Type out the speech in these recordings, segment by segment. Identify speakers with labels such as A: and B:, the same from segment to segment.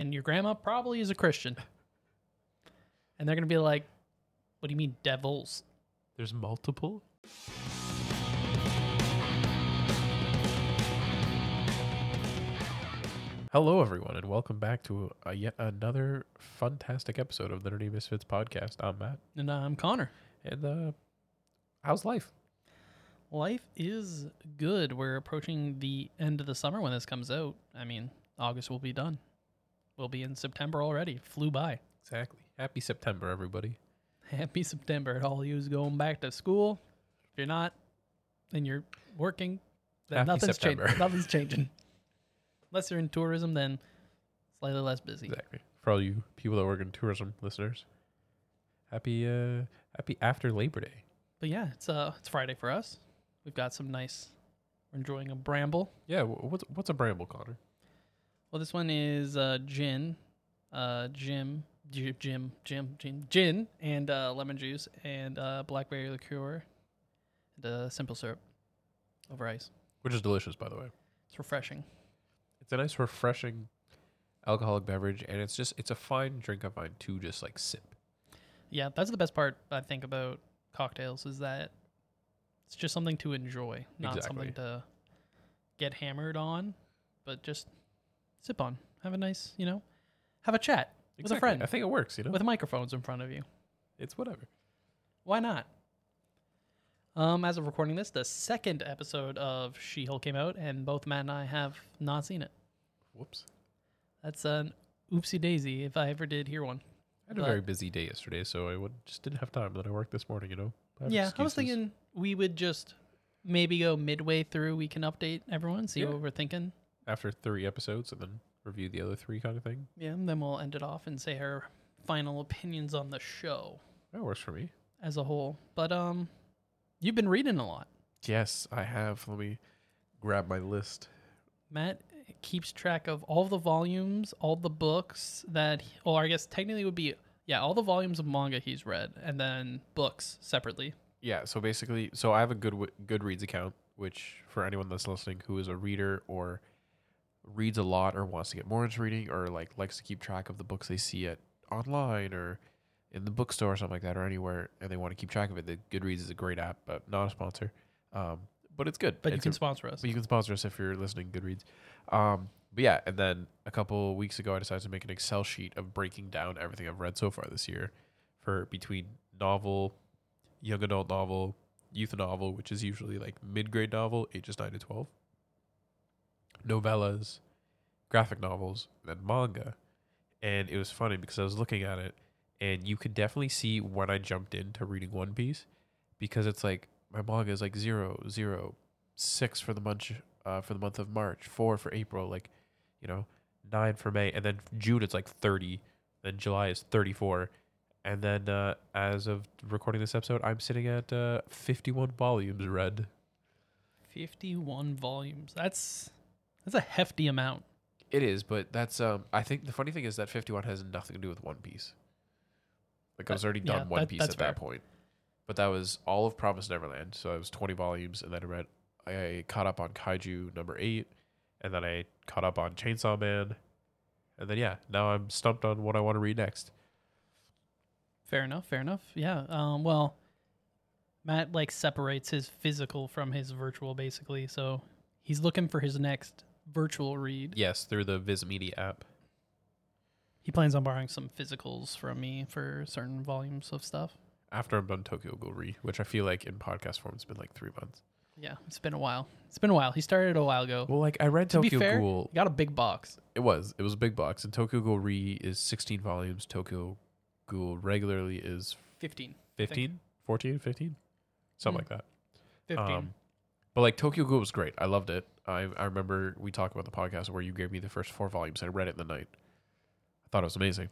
A: and your grandma probably is a Christian. And they're going to be like, what do you mean, devils?
B: There's multiple. Hello, everyone, and welcome back to a yet another fantastic episode of the Nerdy Misfits podcast. I'm Matt,
A: And uh, I'm Connor.
B: and uh, how's life?
A: Life is good. We're approaching the end of the summer when this comes out. I mean, August will be done. We'll be in September already. Flew by.
B: Exactly. Happy September, everybody.
A: Happy September at all yous going back to school. If you're not, and you're working, then
B: Happy
A: nothing's
B: September.
A: changing. Nothing's changing. Unless you're in tourism, then slightly less busy.
B: Exactly. For all you people that work in tourism listeners, happy uh, happy after Labor Day.
A: But yeah, it's uh, it's Friday for us. We've got some nice. We're enjoying a bramble.
B: Yeah. wh- What's what's a bramble, Connor?
A: Well, this one is uh, gin, uh, Jim, Jim, Jim, Jim, Jim, gin, and uh, lemon juice, and uh, blackberry liqueur, and uh, simple syrup over ice.
B: Which is delicious, by the way.
A: It's refreshing.
B: it's a nice refreshing alcoholic beverage and it's just it's a fine drink of mine to just like sip
A: Yeah, that's the best part I think about cocktails is that it's just something to enjoy, not
B: Exactly.
A: something to get hammered on, but just sip on. Have a nice, you know, have a chat with a
B: Exactly.
A: friend
B: i think it works you know
A: with microphones in front of you.
B: it's whatever
A: Why not? Um, as of recording this, the second episode of She Hulk came out, and both Matt and I have not seen it.
B: whoops
A: That's an oopsie daisy if I ever did hear one.
B: i had a
A: But-
B: very busy day yesterday so i would, just didn't have time but i worked this morning you know I have
A: yeah, I was
B: excuses.
A: thinking we would just maybe go midway through. We can update everyone, see
B: Yeah.
A: what we're thinking.
B: after three episodes and then review the other three kind of thing
A: Yeah, and then we'll end it off and say our final opinions on the show
B: that works for me
A: as a whole. But um, you've been reading a lot.
B: yes i have let me grab my list
A: Matt keeps track of all the volumes, all the books that, he, well, I guess technically it would be, yeah, all the volumes of manga he's read, and then books separately.
B: yeah so basically so i have a good goodreads account which for anyone that's listening who is a reader or reads a lot or wants to get more into reading or like likes to keep track of the books they see at online or in the bookstore or something like that or anywhere and they want to keep track of it the goodreads is a great app but not a sponsor um, but it's good
A: But you
B: It's
A: can
B: a-
A: sponsor us.
B: but you can sponsor us if you're listening, Goodreads. Um, but yeah, and then a couple weeks ago, I decided to make an Excel sheet of breaking down everything I've read so far this year, for between novel, young adult novel, youth novel, which is usually like mid grade novel, ages nine to twelve, novellas, graphic novels, and then manga. And it was funny because I was looking at it, and you could definitely see when I jumped into reading One Piece, because it's like my manga is like zero, zero, six for the month uh, for the month of March, four for April, like you know, nine for May, and then June it's like thirty, then July is thirty four, and then uh, as of recording this episode, I'm sitting at uh, fifty one volumes read.
A: 51 volumes. That's that's a hefty amount.
B: It is, but that's um. I think the funny thing is that fifty one has nothing to do with One Piece. Like I
A: That-
B: was already
A: Uh, yeah,
B: done One
A: that-
B: Piece
A: that's
B: at
A: fair.
B: that point, but that was all of Promise Neverland. So I was twenty volumes, and then I read. I caught up on Kaiju number eight, and then I caught up on Chainsaw Man, and then yeah, now I'm stumped on what I want to read next.
A: Fair enough. Fair enough. Yeah. Um, well, Matt like separates his physical from his virtual basically. So he's looking for his next virtual read.
B: Yes, through the Viz Media app.
A: He plans on borrowing some physicals from me for certain volumes of stuff.
B: After I'm done Tokyo Ghoul, which I feel like in podcast form it's been like three months.
A: Yeah, it's been a while. It's been a while. He started a while ago.
B: Well, like I read
A: to be
B: Tokyo
A: fair,
B: Ghoul
A: he got a big box.
B: It was. It was a big box. And Tokyo Ghoul Re is 16 volumes. Tokyo Ghoul regularly is
A: 15.
B: 15, 14, 15, something like
A: 15.
B: that. Um, but like Tokyo Ghoul was great. I loved it. I, I remember we talked about the podcast where you gave me the first four volumes. and I read it in the night. I thought it was amazing.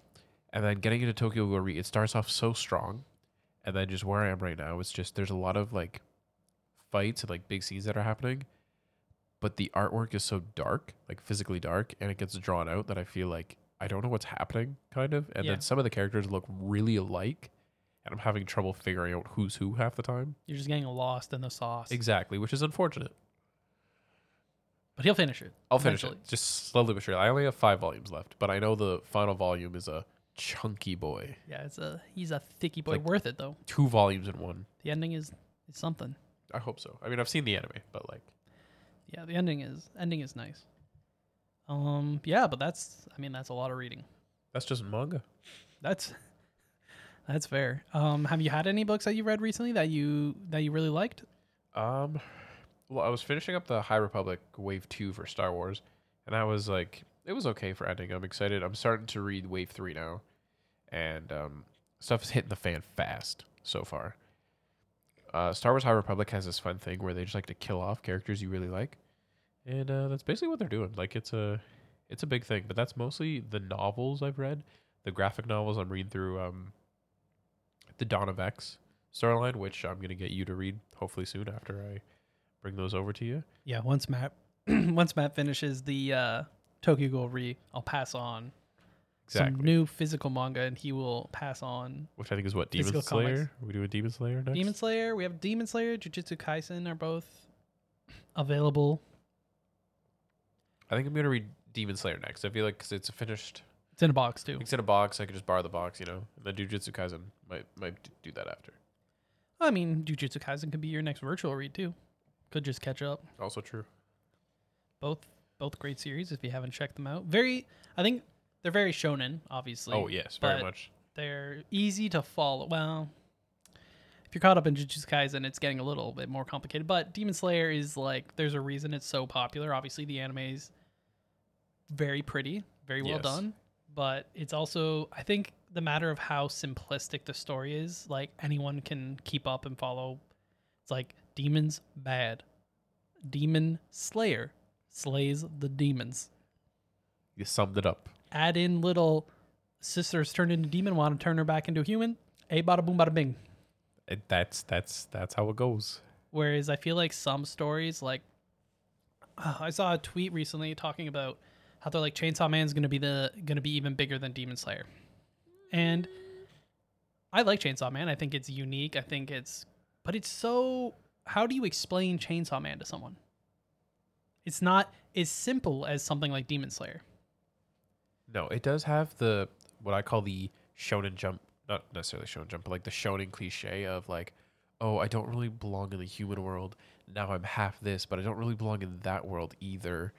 B: And then getting into Tokyo Ghoul Re, it starts off so strong. And then just where I am right now, it's just there's a lot of like fights and like big scenes that are happening. But the artwork is so dark, like physically dark, and it gets drawn out that I feel like I don't know what's happening, kind of. And
A: Yeah.
B: then some of the characters look really alike, and I'm having trouble figuring out who's who half the time.
A: You're just getting lost in the sauce.
B: Exactly, which is unfortunate.
A: but he'll finish it.
B: I'll finish
A: eventually.
B: it just slowly but surely. I only have five volumes left, but I know the final volume is a chunky boy.
A: Yeah, it's a he's a thicky boy.
B: like-
A: Worth it though.
B: Two volumes in one.
A: The ending is, is something.
B: I hope so. I mean, I've seen the anime, but like,
A: Yeah, the ending is ending is nice. Um, yeah, but that's I mean that's a lot of reading.
B: that's just manga.
A: That's that's fair. Um, have you had any books that you read recently that you that you really liked?
B: Um, well, I was finishing up the High Republic Wave Two for Star Wars, and I was like, it was okay for ending. I'm excited. I'm starting to read Wave Three now, and um, stuff is hitting the fan fast so far. Uh, Star Wars High Republic has this fun thing where they just like to kill off characters you really like, and uh, that's basically what they're doing. Like it's a, it's a big thing, but that's mostly the novels I've read. The graphic novels I'm reading through, um, the Dawn of X storyline, which I'm gonna get you to read hopefully soon after I bring those over to you.
A: Yeah, once Matt once Matt finishes the uh, Tokyo Ghoul Re, I'll pass on some
B: Exactly.
A: new physical manga, and he will pass on
B: Which I think is what Demon
A: Physical
B: Slayer.
A: comics.
B: Are we doing Demon Slayer next?
A: Demon Slayer. We have Demon Slayer, Jujutsu Kaisen are both available.
B: I think I'm gonna read Demon Slayer next. I feel like 'cause it's a finished.
A: It's in a box too.
B: It's in a box. I could just borrow the box, you know. And then Jujutsu Kaisen might might d- do that after.
A: I mean, Jujutsu Kaisen could be your next virtual read too. Could just catch up.
B: Also true.
A: Both both great series if you haven't checked them out. Very, I think they're very shonen, obviously.
B: oh yes, very
A: but
B: much.
A: They're easy to follow. Well, if you're caught up in Jujutsu Kaisen, it's getting a little bit more complicated. But Demon Slayer is like there's a reason it's so popular. Obviously, the anime's very pretty, very well
B: Yes.
A: done. But it's also I think the matter of how simplistic the story is. Like anyone can keep up and follow. It's like demons bad, demon slayer slays the demons.
B: You summed it up.
A: Add in little sisters turned into demon, want to turn her back into a human. A bada boom, bada bing.
B: It, that's that's that's how it goes.
A: Whereas I feel like some stories, like uh, I saw a tweet recently talking about how they're like Chainsaw Man's gonna be the gonna be even bigger than Demon Slayer, and I like Chainsaw Man. I think it's unique. I think it's, but it's so. How do you explain Chainsaw Man to someone? It's not as simple as something like Demon Slayer.
B: No, it does have the what I call the shonen jump, not necessarily shonen jump, but like the shonen cliche of like, oh, I don't really belong in the human world. Now I'm half this, but I don't really belong in that world either.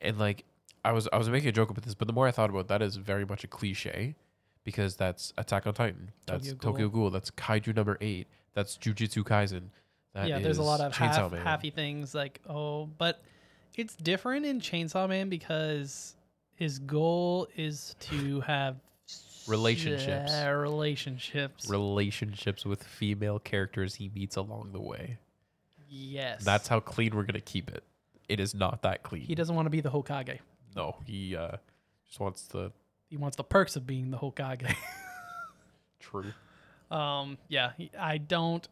B: And like, I was I was making a joke about this, but the more I thought about it, that is very much a cliche because that's Attack on Titan, that's
A: Tokyo
B: Tokyo, Ghoul, that's Kaiju number eight, that's Jujutsu Kaisen. That
A: yeah, there's a
B: is
A: lot of half,
B: Chainsaw Man.
A: halfy things like oh, but it's different in Chainsaw Man because his goal is to have s-
B: Relationships.
A: yeah, relationships.
B: relationships with female characters he meets along the way.
A: yes,
B: That's how clean we're gonna keep it. It is not that clean.
A: he doesn't want to be the Hokage.
B: No, he uh, just wants the
A: He wants the perks of being the Hokage.
B: true.
A: Um, yeah, he- I don't.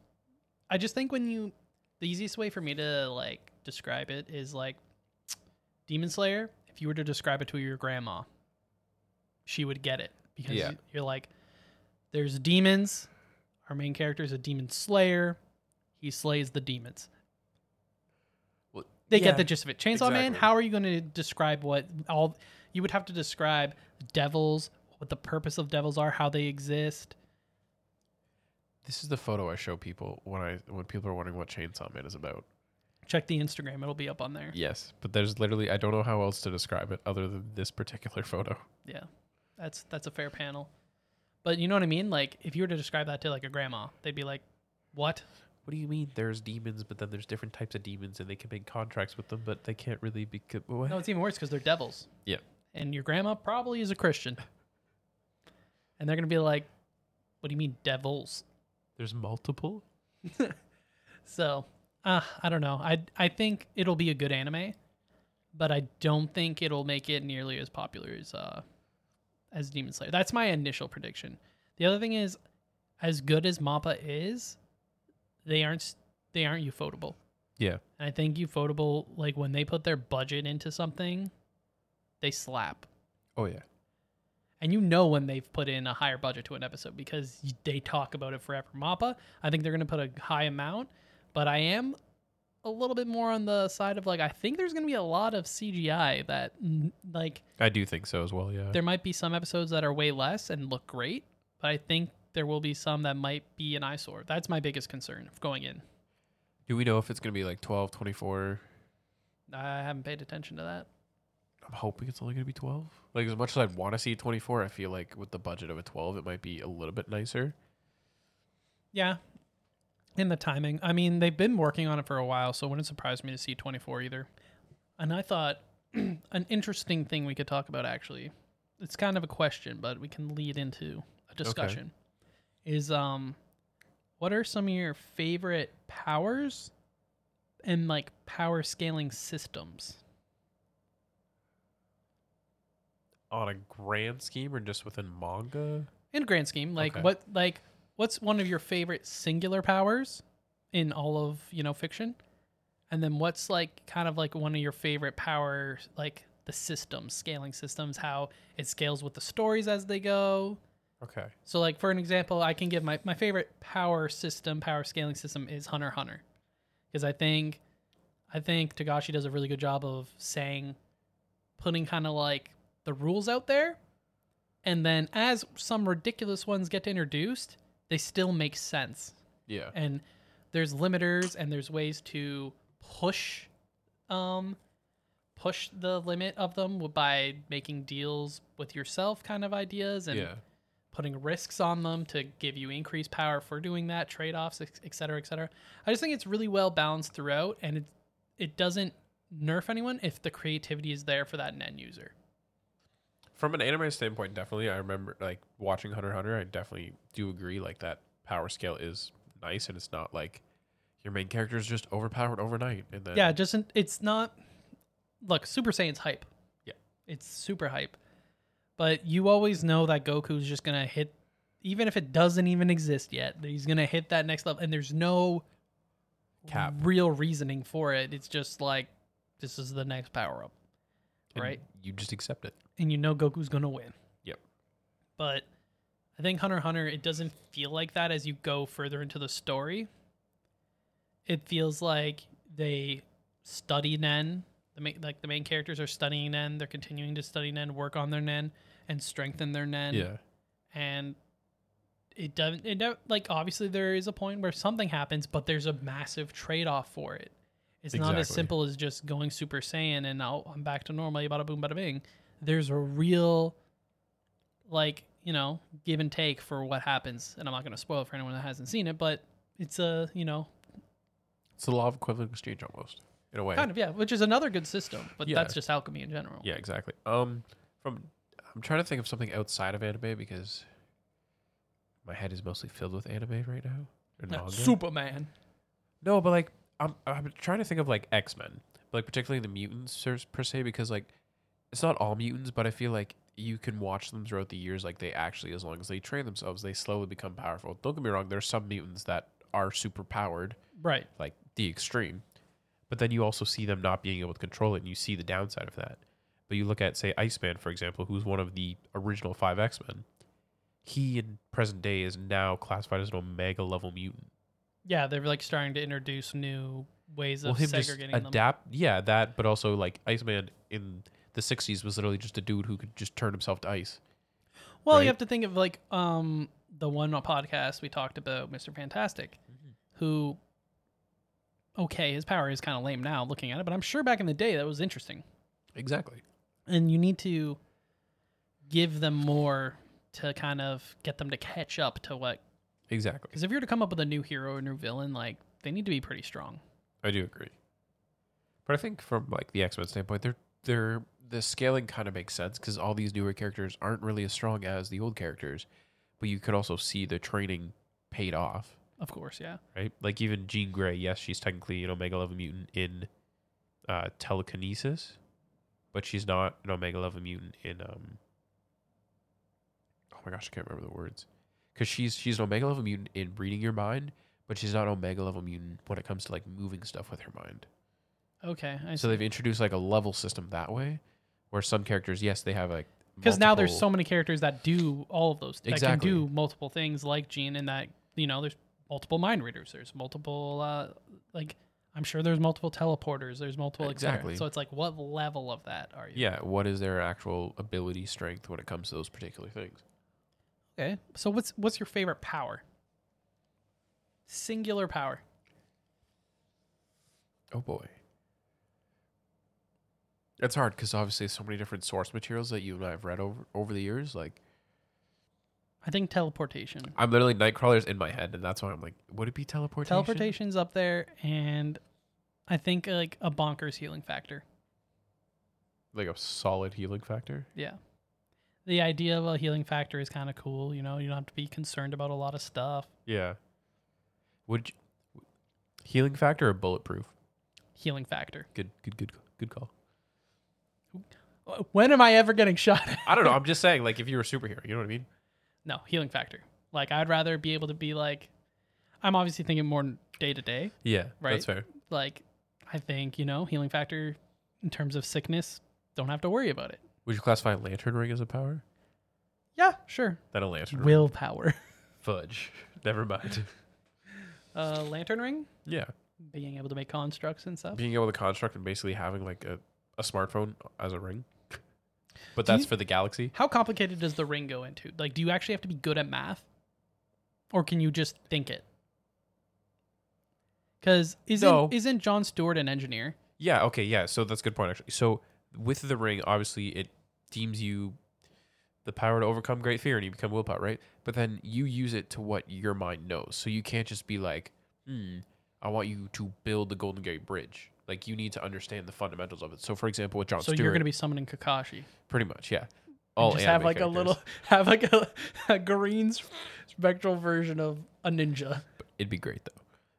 A: I just think when you, the easiest way for me to like describe it is like Demon Slayer. If you were to describe it to your grandma, she would get it because
B: Yeah.
A: you- you're like, there's demons. Our main character is a demon slayer. He slays the demons.
B: Well,
A: They
B: yeah,
A: get the gist of it. Chainsaw Man.
B: exactly.
A: How are you going to describe what all? You would have to describe devils, what the purpose of devils are, how they exist.
B: This is the photo I show people when I when people are wondering what Chainsaw Man is about.
A: Check the Instagram; it'll be up on there.
B: Yes, but there's literally I don't know how else to describe it other than this particular photo.
A: Yeah, that's that's a fair panel. But you know what I mean? Like, if you were to describe that to like a grandma, they'd be like, "What?
B: What do you mean? There's demons, but then there's different types of demons, and they can make contracts with them, but they can't really be. co- What?
A: No, it's even worse because they're devils."
B: Yeah.
A: And your grandma probably is a Christian, and they're gonna be like, "What do you mean devils?"
B: There's multiple.
A: So, uh, I don't know. I I think it'll be a good anime, but I don't think it'll make it nearly as popular as uh, as Demon Slayer. That's my initial prediction. The other thing is, as good as Mappa is, they aren't s- they aren't ufotable.
B: Yeah,
A: And I think ufotable like when they put their budget into something, they slap.
B: Oh yeah.
A: And you know when they've put in a higher budget to an episode because y- they talk about it forever. Mappa, I think they're going to put a high amount, but I am a little bit more on the side of like I think there's gonna be a lot of CGI that mm, like
B: I do think so as well. Yeah.
A: there might be some episodes that are way less and look great, but I think there will be some that might be an eyesore. That's my biggest concern of going in.
B: do we know if it's gonna be like 12, 24?
A: I haven't paid attention to that.
B: I'm hoping it's only gonna be 12. Like as much as I'd want to see 24, I feel like with the budget of a 12, it might be a little bit nicer.
A: Yeah. And the timing. I mean, they've been working on it for a while, so it wouldn't surprise me to see 24 either. And I thought an interesting thing we could talk about actually. It's kind of a question, but we can lead into a discussion. Is um what are some of your favorite powers and like power scaling systems?
B: On a grand scheme or just within manga?
A: In grand scheme, like
B: Okay.
A: what like what's one of your favorite singular powers in all of, you know, fiction? And then what's like kind of like one of your favorite power like the systems, scaling systems, how it scales with the stories as they go.
B: Okay.
A: So like for an example, I can give my, my favorite power system, power scaling system is Hunter x Hunter. Because I think I think Tagashi does a really good job of saying putting kind of like the rules out there. And then as some ridiculous ones get introduced, they still make sense.
B: Yeah.
A: And there's limiters and there's ways to push um push the limit of them by making deals with yourself kind of ideas and
B: yeah.
A: putting risks on them to give you increased power for doing that trade-offs ex- et cetera et cetera i just think it's really well balanced throughout and it, it doesn't nerf anyone if the creativity is there for that end user
B: From an anime standpoint, definitely. I remember like watching Hunter x Hunter. I definitely do agree. Like that power scale is nice, and it's not like your main character is just overpowered overnight. And then
A: yeah just in- it's not look super saiyan's hype
B: Yeah.
A: it's super hype but you always know that goku's just gonna hit even if it doesn't even exist yet that he's gonna hit that next level and there's no
B: Cap.
A: real reasoning for it it's just like this is the next power up
B: and
A: right.
B: You just accept it.
A: and you know Goku's gonna win.
B: Yep.
A: But I think Hunter x Hunter, it doesn't feel like that as you go further into the story. It feels like they study Nen. The main, like the main characters are studying Nen. They're continuing to study Nen, work on their Nen, and strengthen their Nen.
B: yeah.
A: And it doesn't. It don't, like obviously there is a point where something happens, but there's a massive trade off for it. It's not as
B: Exactly.
A: simple as just going Super Saiyan and oh, I'm back to normal. Bada boom, bada bing. There's a real, like you know, give and take for what happens, and I'm not going to spoil it for anyone that hasn't seen it, but it's a you know
B: It's the law of equivalent exchange almost in a way.
A: kind of yeah, which is another good system, but
B: Yeah.
A: that's just alchemy in general.
B: Yeah, exactly. Um, from I'm trying to think of something outside of anime because my head is mostly filled with anime right now. or
A: Yeah,
B: manga.
A: Superman.
B: No, but like I'm I'm trying to think of like X Men, like particularly the mutants per, per se, because like it's not all mutants, but I feel like you can watch them throughout the years. Like they actually, as long as they train themselves, they slowly become powerful. Don't get me wrong, there's some mutants that are super powered,
A: Right.
B: like the extreme. But then you also see them not being able to control it, and you see the downside of that. But you look at, say, Iceman, for example, who's one of the original five X Men. He in present day is now classified as an Omega level mutant.
A: Yeah, they're like starting to introduce new ways
B: Well,
A: of
B: him just
A: segregating them.
B: adapt, yeah, that, but also like Iceman in the '60s was literally just a dude who could just turn himself to ice.
A: Well, you
B: right?
A: have to think of like um the one podcast we talked about, Mr. Fantastic, who okay, his power is kind of lame now looking at it, but I'm sure back in the day that was interesting.
B: Exactly.
A: And you need to give them more to kind of get them to catch up to what
B: Exactly.
A: cuz if you're to come up with a new hero or new villain, like they need to be pretty strong.
B: I do agree. But I think from like the X Men standpoint, they're they're the scaling kind of makes sense because all these newer characters aren't really as strong as the old characters, but you could also see the training paid off,
A: Of course, yeah.
B: right? Like even Jean Grey, yes, she's technically an Omega level mutant in uh, telekinesis, but she's not an Omega level mutant in um. Oh my gosh, I can't remember the words, because she's she's an Omega level mutant in reading your mind, but she's not an Omega level mutant when it comes to like moving stuff with her mind.
A: Okay. I
B: So
A: see.
B: they've introduced like a level system that way, where some characters, yes, they have like
A: because now there's so
B: multiple-
A: many characters that do all of those that
B: Exactly.
A: can do multiple things like Jean and that you know there's multiple mind readers there's multiple uh, like I'm sure there's multiple teleporters. There's multiple
B: Exactly.
A: exactly. So it's like, what level of that are you?
B: Yeah, what is their actual ability strength when it comes to those particular things?
A: Okay. So what's what's your favorite power? Singular power.
B: Oh boy. It's hard because obviously so many different source materials that you and I have read over over the years. Like
A: I think teleportation.
B: I'm literally Nightcrawler's in my head, and that's why I'm like, would it be teleportation?
A: Teleportation's up there, and I think like a bonkers healing factor.
B: like a solid healing factor.
A: Yeah. The idea of a healing factor is kind of cool. You know, you don't have to be concerned about a lot of stuff.
B: Yeah. Would you, healing factor or bulletproof?
A: Healing factor.
B: Good, good, good, good call.
A: When am I ever getting shot?
B: I don't know. I'm just saying, like, if you're a superhero, you know what I mean?
A: no, healing factor. Like, I'd rather be able to be like, I'm obviously thinking more day to day.
B: Yeah,
A: Right.
B: That's fair.
A: Like, I think, you know, healing factor in terms of sickness, don't have to worry about it.
B: Would you classify Lantern Ring as a power?
A: Yeah, sure.
B: Then a Lantern Ring.
A: Willpower.
B: Fudge. Never mind.
A: Uh, Lantern Ring,
B: yeah.
A: being able to make constructs and stuff.
B: being able to construct and basically having like a, a smartphone as a ring. but that's
A: you-
B: for the galaxy.
A: How complicated does the ring go into? Like, do you actually have to be good at math, or can you just think it? Because isn't
B: No.
A: isn't John Stewart an engineer?
B: Yeah, okay, yeah. So that's a good point actually. So with the ring, obviously it deems you the power to overcome great fear and you become willpower, right? But then you use it to what your mind knows. So you can't just be like, hmm, I want you to build the Golden Gate Bridge. Like you need to understand the fundamentals of it. So for example with John
A: So
B: Stewart,
A: you're gonna be summoning Kakashi.
B: pretty much, Oh, yeah.
A: and
B: All
A: just have
B: anime
A: like
B: characters.
A: a little, have like a, a green spectral version of a ninja.
B: it'd be great though.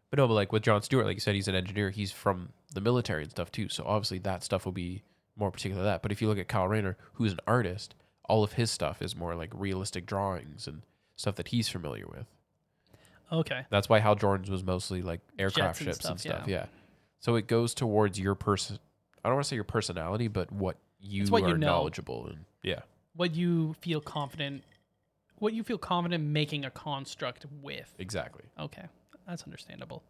B: But no, but like with John Stewart, like you said, he's an engineer. He's from the military and stuff too. So obviously that stuff will be more particular to that. But if you look at Kyle Rayner, who's an artist, all of his stuff is more like realistic drawings and stuff that he's familiar with.
A: Okay,
B: That's why Hal Jordan's was mostly like aircraft
A: and
B: ships
A: stuff,
B: and stuff.
A: yeah.
B: Yeah. So it goes towards your person. I don't want to say your personality, but what you
A: what
B: are
A: you know.
B: knowledgeable in. Yeah.
A: what you feel confident, what you feel confident making a construct with.
B: Exactly.
A: Okay, that's understandable.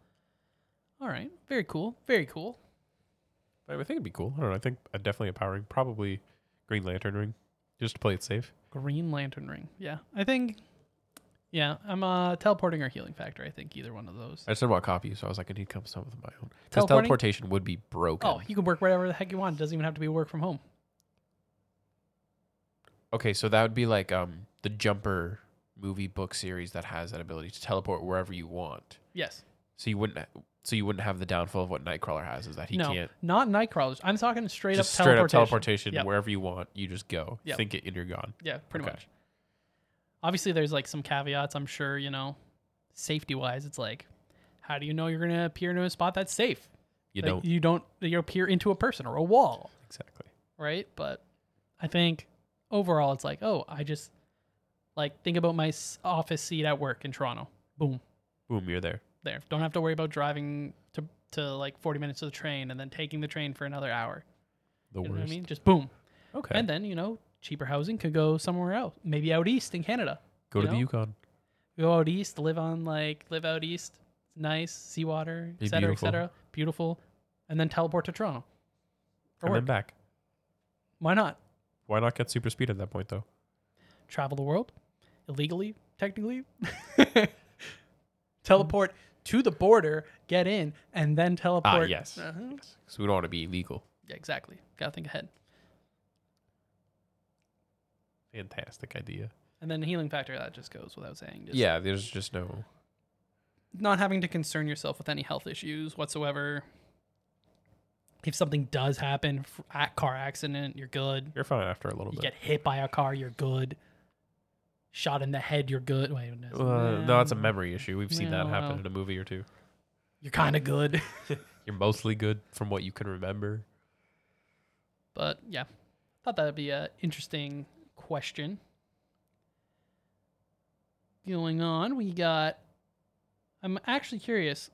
A: All right, very cool, very cool.
B: I would think it'd be cool. I don't know. I think uh, definitely empowering. Probably Green Lantern ring, just to play it safe.
A: Green Lantern ring. Yeah, I think. Yeah, I'm uh teleporting or healing factor. I think either one of those.
B: I just didn't want to copy you, so I was like, I need to come up with my own. Because
A: Teleporting?
B: teleportation would be broken.
A: Oh, you can work wherever the heck you want. It doesn't even have to be work from home.
B: Okay, so that would be like um the Jumper movie book series that has that ability to teleport wherever you want.
A: Yes.
B: So you wouldn't. So you wouldn't have the downfall of what Nightcrawler has is that he
A: no,
B: can't
A: not Nightcrawlers. I'm talking straight
B: just
A: up
B: straight
A: teleportation.
B: up teleportation
A: Yep.
B: wherever you want. You just go,
A: Yep.
B: think it, and you're gone.
A: Yeah, pretty
B: Okay.
A: much. Obviously, there's like some caveats. I'm sure you know, safety wise, it's like, how do you know you're gonna appear into a spot that's safe?
B: You
A: Like,
B: don't
A: You don't. You appear into a person or a wall.
B: exactly.
A: right? But I think overall, it's like, oh, I just like think about my s- office seat at work in Toronto. Boom,
B: Boom, you're there.
A: there. Don't have to worry about driving to to like forty minutes to the train and then taking the train for another hour.
B: The
A: You know
B: worst.
A: what I mean? Just boom,
B: Okay,
A: and then you know, cheaper housing could go somewhere else, maybe out east in Canada.
B: go
A: you
B: to
A: know?
B: the Yukon.
A: Go out east, live on like live out east. It's nice, seawater,
B: Be
A: et cetera, et
B: beautiful.
A: cetera. Beautiful, and then teleport to Toronto. For
B: and
A: work.
B: then back.
A: Why not?
B: Why not get super speed at that point though?
A: travel the world illegally, technically. teleport to the border, get in, and then teleport.
B: Ah, yes.
A: Uh-huh.
B: Because we don't want to be illegal.
A: Yeah, exactly. Gotta think ahead.
B: Fantastic idea.
A: And then healing factor, that just goes without saying. Just
B: Yeah, there's just no
A: Not having to concern yourself with any health issues whatsoever. If something does happen, f- a car accident, you're good.
B: You're fine after a little
A: You
B: bit.
A: get hit by a car, you're good. Shot in the head, you're good. Wait,
B: Uh, no, it's a
A: no.
B: memory issue. We've seen that
A: No,
B: happen
A: no.
B: in a movie or two.
A: You're kind of good.
B: You're mostly good from what you can remember.
A: But yeah, thought that'd be a interesting question. Going on, we got. I'm actually curious.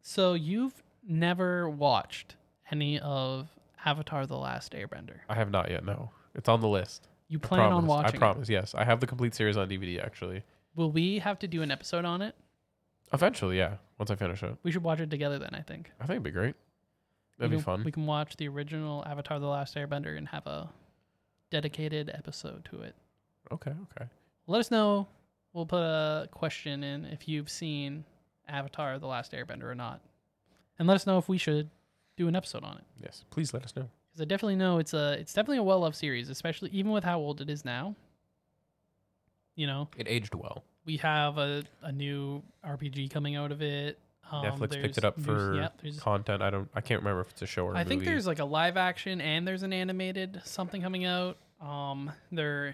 A: So you've never watched any of Avatar: The Last Airbender.
B: I have not yet. No, it's on the list.
A: You plan on
B: Promise.
A: watching?
B: I
A: it.
B: promise. Yes, I have the complete series on DVD. Actually,
A: Will we have to do an episode on it?
B: Eventually, yeah. Once I finish it,
A: We should watch it together then, I think.
B: I think it'd be great.
A: We
B: That'd be
A: can-
B: fun.
A: We can watch the original Avatar The Last Airbender and have a dedicated episode to it.
B: okay, okay.
A: Let us know. We'll put a question in if you've seen Avatar The Last Airbender or not. And let us know if we should do an episode on it.
B: Yes, please let us know.
A: Because I definitely know it's a it's definitely a well loved series, especially even with how old it is now. You know,
B: It aged well.
A: we have a, a new RPG coming out of it. Um,
B: Netflix
A: there's
B: picked it up
A: new-
B: for
A: yeah, there's-
B: content. I don't. I can't remember if it's a show or. I
A: I think there's like a live action and there's an animated something coming out. Um, they're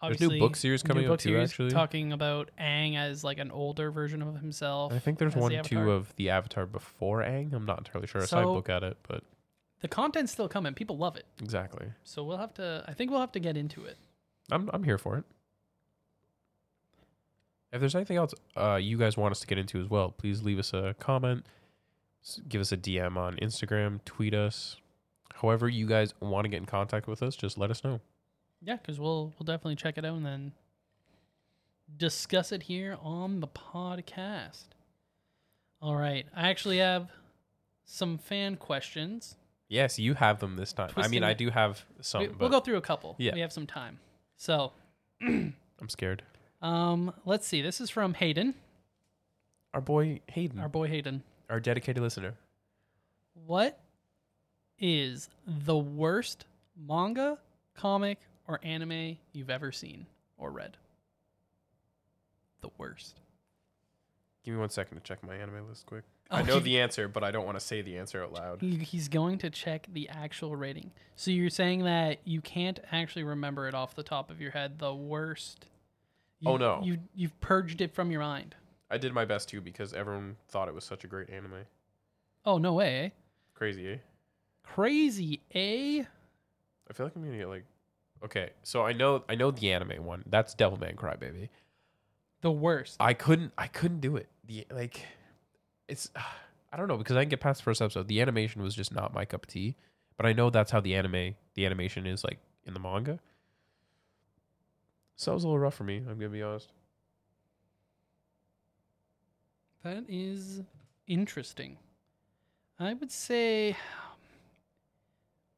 B: There's
A: obviously
B: new book series
A: new
B: coming
A: book
B: up too.
A: series
B: actually,
A: talking about Aang as like an older version of himself.
B: I think there's
A: as the
B: one too
A: Avatar.
B: of the Avatar before Aang. I'm not entirely sure. I saw
A: So-
B: a book at it, but
A: The content's still coming. People love it,
B: exactly.
A: so we'll have to. I think we'll have to get into it.
B: I'm I'm here for it. If there's anything else uh, you guys want us to get into as well, please leave us a comment, s- give us a DM on Instagram, tweet us. However, you guys want to get in contact with us, just let us know.
A: Yeah, because we'll we'll definitely check it out and then discuss it here on the podcast. All right, I actually have some fan questions.
B: Yes, you have them this time. I
A: Twisting
B: mean, I
A: it.
B: do have some,
A: We,
B: Oh, but
A: we'll go through a couple.
B: Yeah.
A: we have some time. So,
B: I'm scared.
A: um, let's see. This is from Hayden,
B: Our boy Hayden,
A: our
B: our,
A: boy Hayden.
B: dedicated listener.
A: What is the worst manga, comic, or anime you've ever seen or read? The worst.
B: Give me one second to check my anime list quick.
A: Oh,
B: I know
A: he-
B: the answer, but I don't want to say the answer out loud.
A: He- He's going to check the actual rating. So you're saying that you can't actually remember it off the top of your head. The worst. You,
B: Oh, no.
A: You you've purged it from your mind.
B: I did my best too because everyone thought it was such a great anime.
A: Oh no way. eh?
B: Crazy, eh?
A: Crazy, eh?
B: I feel like I'm gonna get like okay. So I know I know the anime one. That's Devilman Crybaby.
A: The worst.
B: I couldn't I couldn't do it. The like it's I don't know because I didn't get past the first episode. The animation was just not my cup of tea. But I know that's how the anime the animation is like in the manga. So that was a little rough for me. I'm gonna be honest.
A: That is interesting. I would say um,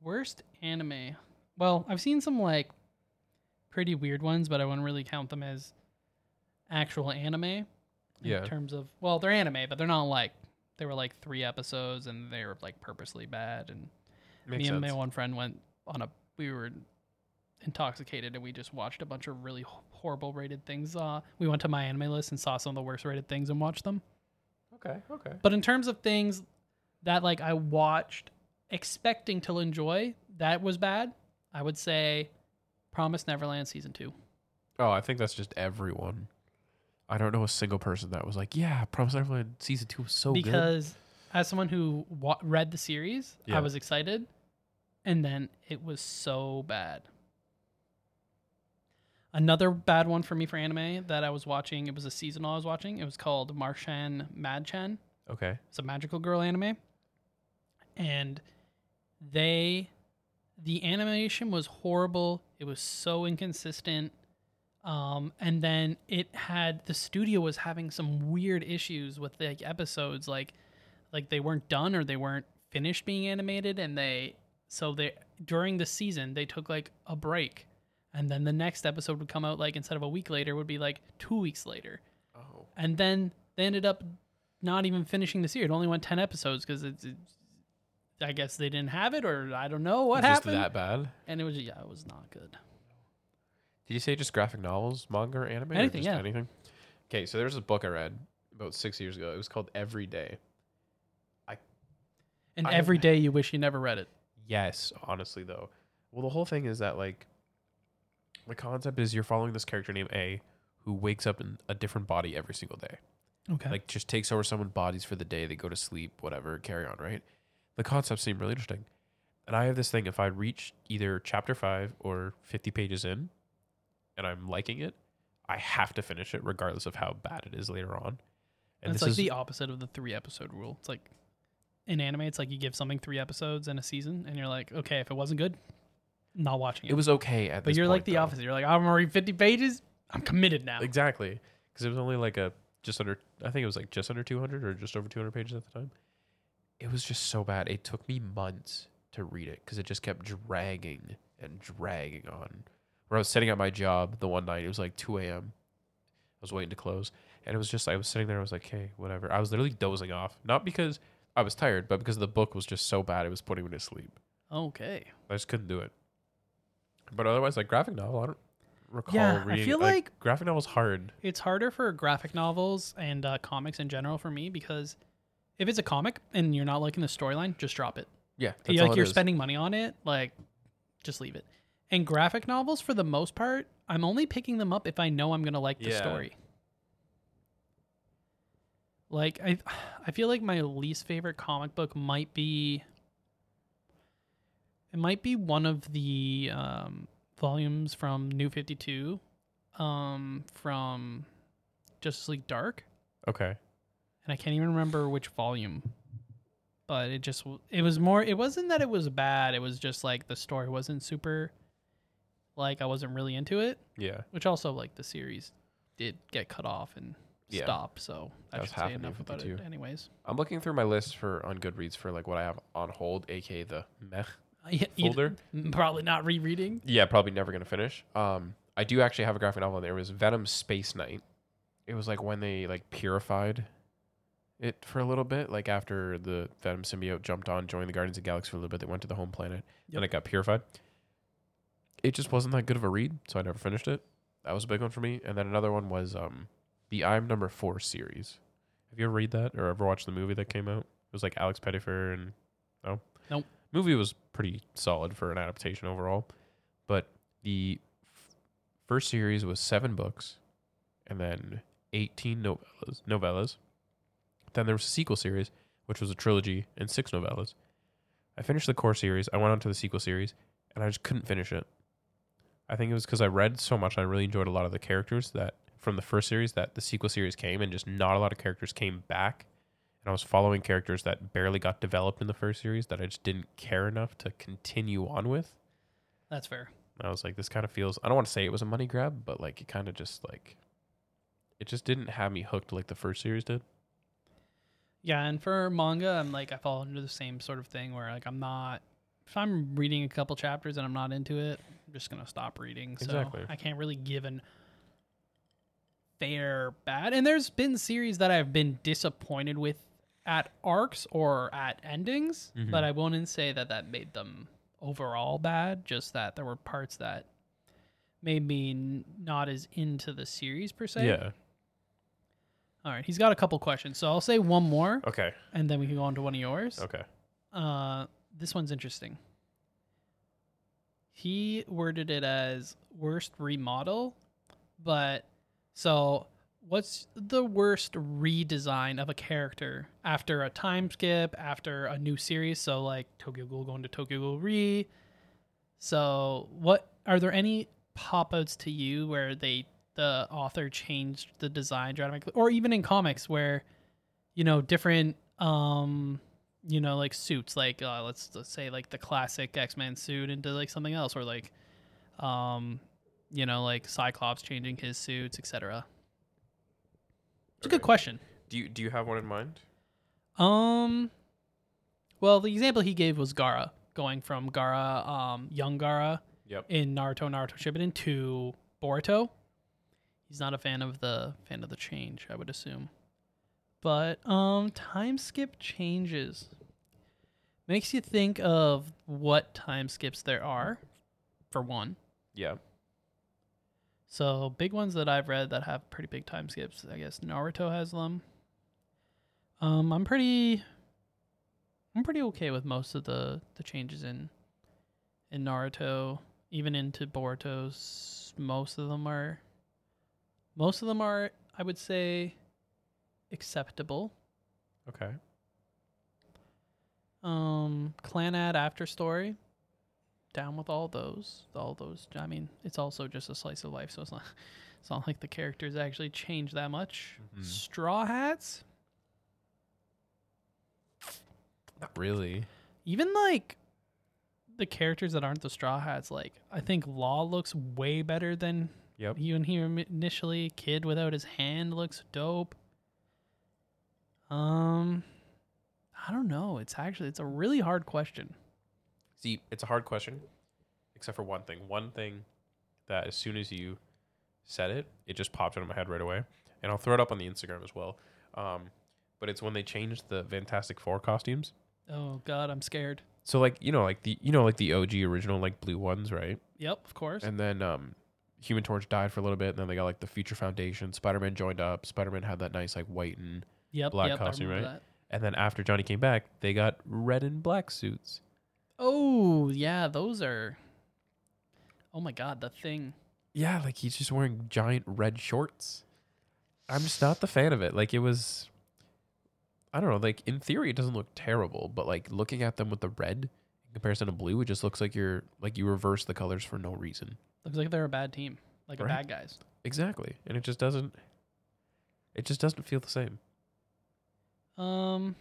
A: worst anime. Well, I've seen some like pretty weird ones, but I wouldn't really count them as actual anime. In
B: Yeah.
A: terms of well, they're anime, but they're not like they were like three episodes and they were like purposely bad. And me
B: Makes
A: and
B: sense.
A: my one friend went on a we were intoxicated and we just watched a bunch of really h- horrible rated things. Uh, we went to my anime list and saw some of the worst rated things and watched them.
B: Okay, okay.
A: But in terms of things that like I watched expecting to enjoy, that was bad. I would say Promise Neverland season 2.
B: Oh, I think that's just everyone. I don't know a single person that was like, "Yeah, Promise Neverland season two was so Oh, good."
A: because as someone who wa- read the series, I
B: Yeah.
A: was excited and then it was so bad. Another bad one for me for anime that I was watching, it was a seasonal I was watching. It was called Marshan Madchan.
B: Okay,
A: It's a magical girl anime. And they the animation was horrible. It was so inconsistent. Um, and then it had the studio was having some weird issues with the episodes like like they weren't done or they weren't finished being animated and they so they during the season they took like a break and then the next episode would come out like instead of a week later it would be like 2 weeks later
B: Oh.
A: and then they ended up not even finishing the series. It only went ten episodes because it's, it's- I guess they didn't have it, or I don't know what
B: It's just
A: happened.
B: that bad?
A: And it was yeah, it was not good.
B: Did you say just graphic novels, manga, or anime? or
A: Anything,
B: just
A: yeah.
B: Anything. Okay, so there's a book I read about six years ago. It was called Every Day.
A: And
B: I-
A: every day you wish you never read it.
B: Yes, honestly though. Well, the whole thing is that like the concept is you're following this character named A who wakes up in a different body every single day.
A: Okay.
B: Like just takes over someone's bodies for the day, they go to sleep, whatever, carry on, right? The concepts seem really interesting. And I have this thing if I reach either chapter 5 or 50 pages in and I'm liking it, I have to finish it regardless of how bad it is later on. And
A: it's
B: this
A: like
B: is
A: the opposite of the three episode rule. It's like in anime, it's like you give something three episodes in a season, and you're like, okay, if it wasn't good, not watching it.
B: it was okay at
A: but
B: this
A: you're like
B: point,
A: the
B: though.
A: opposite. You're like, I'm gonna read fifty pages. I'm committed now.
B: Exactly. Because it was only like a just under I think it was like just under 200 or just over 200 pages at the time. It was just so bad. It took me months to read it cuz it just kept dragging and dragging on. Where I was sitting at my job the one night, it was like 2 a.m. I was waiting to close and it was just I was sitting there I was like, "Hey, whatever." I was literally dozing off, not because I was tired, but because the book was just so bad it was putting me to sleep.
A: Okay.
B: I just couldn't do it. But otherwise like graphic novel, I don't recall
A: Yeah, I
B: reading
A: feel like-
B: graphic novel's hard.
A: It's harder for graphic novels and uh, comics in general for me because if it's a comic and you're not liking the storyline, just drop it.
B: Yeah,
A: Yeah, like
B: it
A: you're
B: is.
A: spending money on it, like just leave it. And graphic novels, for the most part, I'm only picking them up if I know I'm gonna like the
B: Yeah.
A: story. Like I, I feel like my least favorite comic book might be. It might be one of the um, volumes from New Fifty Two, um, from Justice League Dark
B: Okay.
A: and I can't even remember which volume. But it just w- it was more it wasn't that it was bad, it was just like the story wasn't super like I wasn't really into it,
B: Yeah.
A: which also like the series did get cut off and
B: Yeah.
A: stop, so I
B: That was
A: should
B: half
A: say
B: of
A: enough about it
B: 52.
A: anyways.
B: I'm looking through my list for on Goodreads for like what I have on hold, aka the meh
A: Yeah, you-
B: folder.
A: m- probably not rereading.
B: Yeah, probably never gonna finish. Um, I do actually have a graphic novel. in There It was Venom Space Knight. It was like when they like purified it for a little bit, like after the Venom symbiote jumped on, joined the Guardians of the Galaxy for a little bit. They went to the home planet,
A: Yep.
B: and it got purified. It just wasn't that good of a read, so I never finished it. That was a big one for me. And then another one was um, the I'm Number Four series. Have you ever read that or ever watched the movie that came out? It was like Alex Pettifer and no,
A: Nope.
B: Movie was pretty solid for an adaptation overall, but the f- first series was seven books, and then eighteen novellas. Novellas. Then there was a sequel series, which was a trilogy and six novellas. I finished the core series. I went on to the sequel series, and I just couldn't finish it. I think it was because I read so much. I really enjoyed a lot of the characters that from the first series that the sequel series came, and just not a lot of characters came back. And I was following characters that barely got developed in the first series that I just didn't care enough to continue on with.
A: That's fair.
B: I was like, this kind of feels. I don't want to say it was a money grab, but like it kind of just like, it just didn't have me hooked like the first series did.
A: Yeah, and for manga, I'm like I fall under the same sort of thing where like I'm not if I'm reading a couple chapters and I'm not into it, I'm just gonna stop reading. So
B: Exactly.
A: I can't really give an fair bad. And there's been series that I've been disappointed with at arcs or at endings,
B: Mm-hmm.
A: but I wouldn't say that that made them overall bad. Just that there were parts that made me n- not as into the series per se.
B: Yeah.
A: All right, he's got a couple questions, so I'll say one more
B: Okay.
A: and then we can go on to one of yours.
B: Okay.
A: Uh, this one's interesting. He worded it as worst remodel, but so what's the worst redesign of a character after a time skip, after a new series? So like Tokyo Ghoul going to Tokyo Ghoul Re. So what are there any pop outs to you where they the author changed the design dramatically, or even in comics where you know different um you know like suits like uh, let's, let's say like the classic x-men suit into like something else or like um you know like cyclops changing his suits etc it's a good
B: Okay.
A: question
B: Do you do you have one in mind?
A: um well the example he gave was gara going from gara um young gara
B: Yep.
A: in naruto naruto shippuden to boruto he's not a fan of the fan of the change i would assume but um time skip changes makes you think of what time skips there are for one
B: Yeah.
A: so big ones that i've read that have pretty big time skips i guess naruto has them um i'm pretty i'm pretty okay with most of the the changes in in naruto even into boruto's most of them are most of them are i would say acceptable
B: Okay.
A: Um, Clanad After Story. Down with all those. All those. I mean, it's also just a slice of life, so it's not. It's not like the characters actually change that much.
B: Mhm.
A: Straw Hats.
B: Not really.
A: Even like the characters that aren't the Straw Hats. Like I think Law looks way better than
B: Yep.
A: you and he initially. Kid without his hand looks dope. Um, I don't know. It's actually it's a really hard question.
B: See, it's a hard question, except for one thing. One thing that as soon as you said it, it just popped into my head right away. And I'll throw it up on the Instagram as well. Um, but it's when they changed the Fantastic Four costumes.
A: Oh God, I'm scared.
B: So like you know like the you know like the OG original like blue ones, right?
A: Yep, of course.
B: And then um, Human Torch died for a little bit, and then they got like the Future Foundation. Spider Man joined up. Spider Man had that nice like white and
A: yep,
B: black
A: yep, I
B: costume,
A: remember
B: right?
A: that.
B: and then after Johnny came back, they got red and black suits.
A: Oh yeah, those are. Oh my God, the thing.
B: Yeah, like he's just wearing giant red shorts. I'm just not the fan of it. Like it was I don't know, like in theory it doesn't look terrible, but like looking at them with the red in comparison to blue, it just looks like you're like you reverse the colors for no reason.
A: Looks like they're a bad team, like a
B: Right.
A: bad guys.
B: Exactly. And it just doesn't it just doesn't feel the same.
A: Um.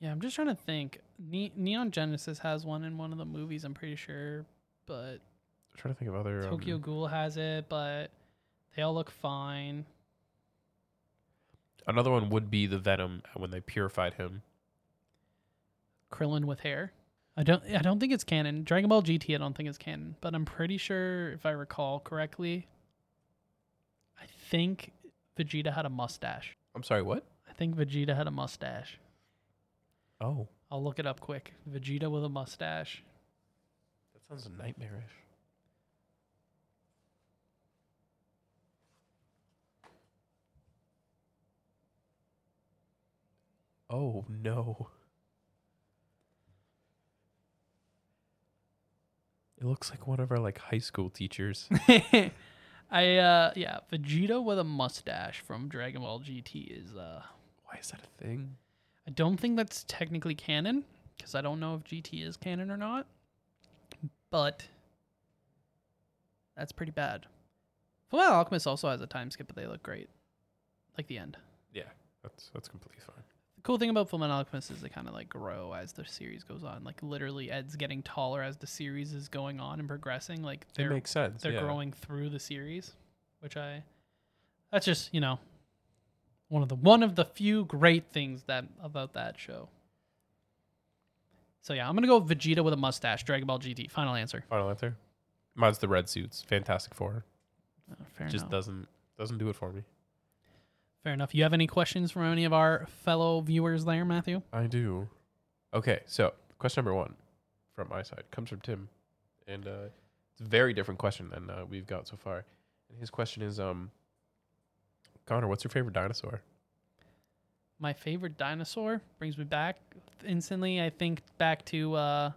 A: Yeah, I'm just trying to think. Ne- Neon Genesis has one in one of the movies, I'm pretty sure, but
B: I'm trying to think of other um,
A: Tokyo Ghoul has it, but they all look fine.
B: Another one would be the Venom when they purified him.
A: Krillin with hair. I don't I don't think it's canon. Dragon Ball GT I don't think it's canon, but I'm pretty sure if I recall correctly, I think Vegeta had a mustache.
B: I'm sorry, what?
A: I think Vegeta had a mustache.
B: Oh.
A: I'll look it up quick. Vegeta with a mustache.
B: That sounds nightmarish. Oh no. It looks like one of our like high school teachers.
A: I uh yeah, Vegeta with a mustache from Dragon Ball GT is uh
B: Why is that a thing?
A: I don't think that's technically canon because I don't know if GT is canon or not. But that's pretty bad. Fullmetal Alchemist also has a time skip, but they look great, like the end.
B: Yeah, that's that's completely fine.
A: The cool thing about Fullmetal Alchemist is they kind of like grow as the series goes on. Like literally, Ed's getting taller as the series is going on and progressing. Like
B: It
A: they're
B: makes sense.
A: they're
B: yeah.
A: growing through the series, which I that's just you know one of the one of the few great things that about that show. So yeah, I'm gonna go with Vegeta with a mustache. Dragon Ball GT. Final answer.
B: Final answer. Mine's the red suits. Fantastic Four.
A: Oh, fair
B: Uh, Just
A: enough.
B: doesn't doesn't do it for me.
A: fair enough. You have any questions from any of our fellow viewers there, Matthew?
B: I do. Okay, so question number one from my side comes from Tim, and uh, it's a very different question than uh, we've got so far. And his question is, um, Connor, what's your favorite dinosaur?
A: My favorite dinosaur brings me back instantly. I think back to uh,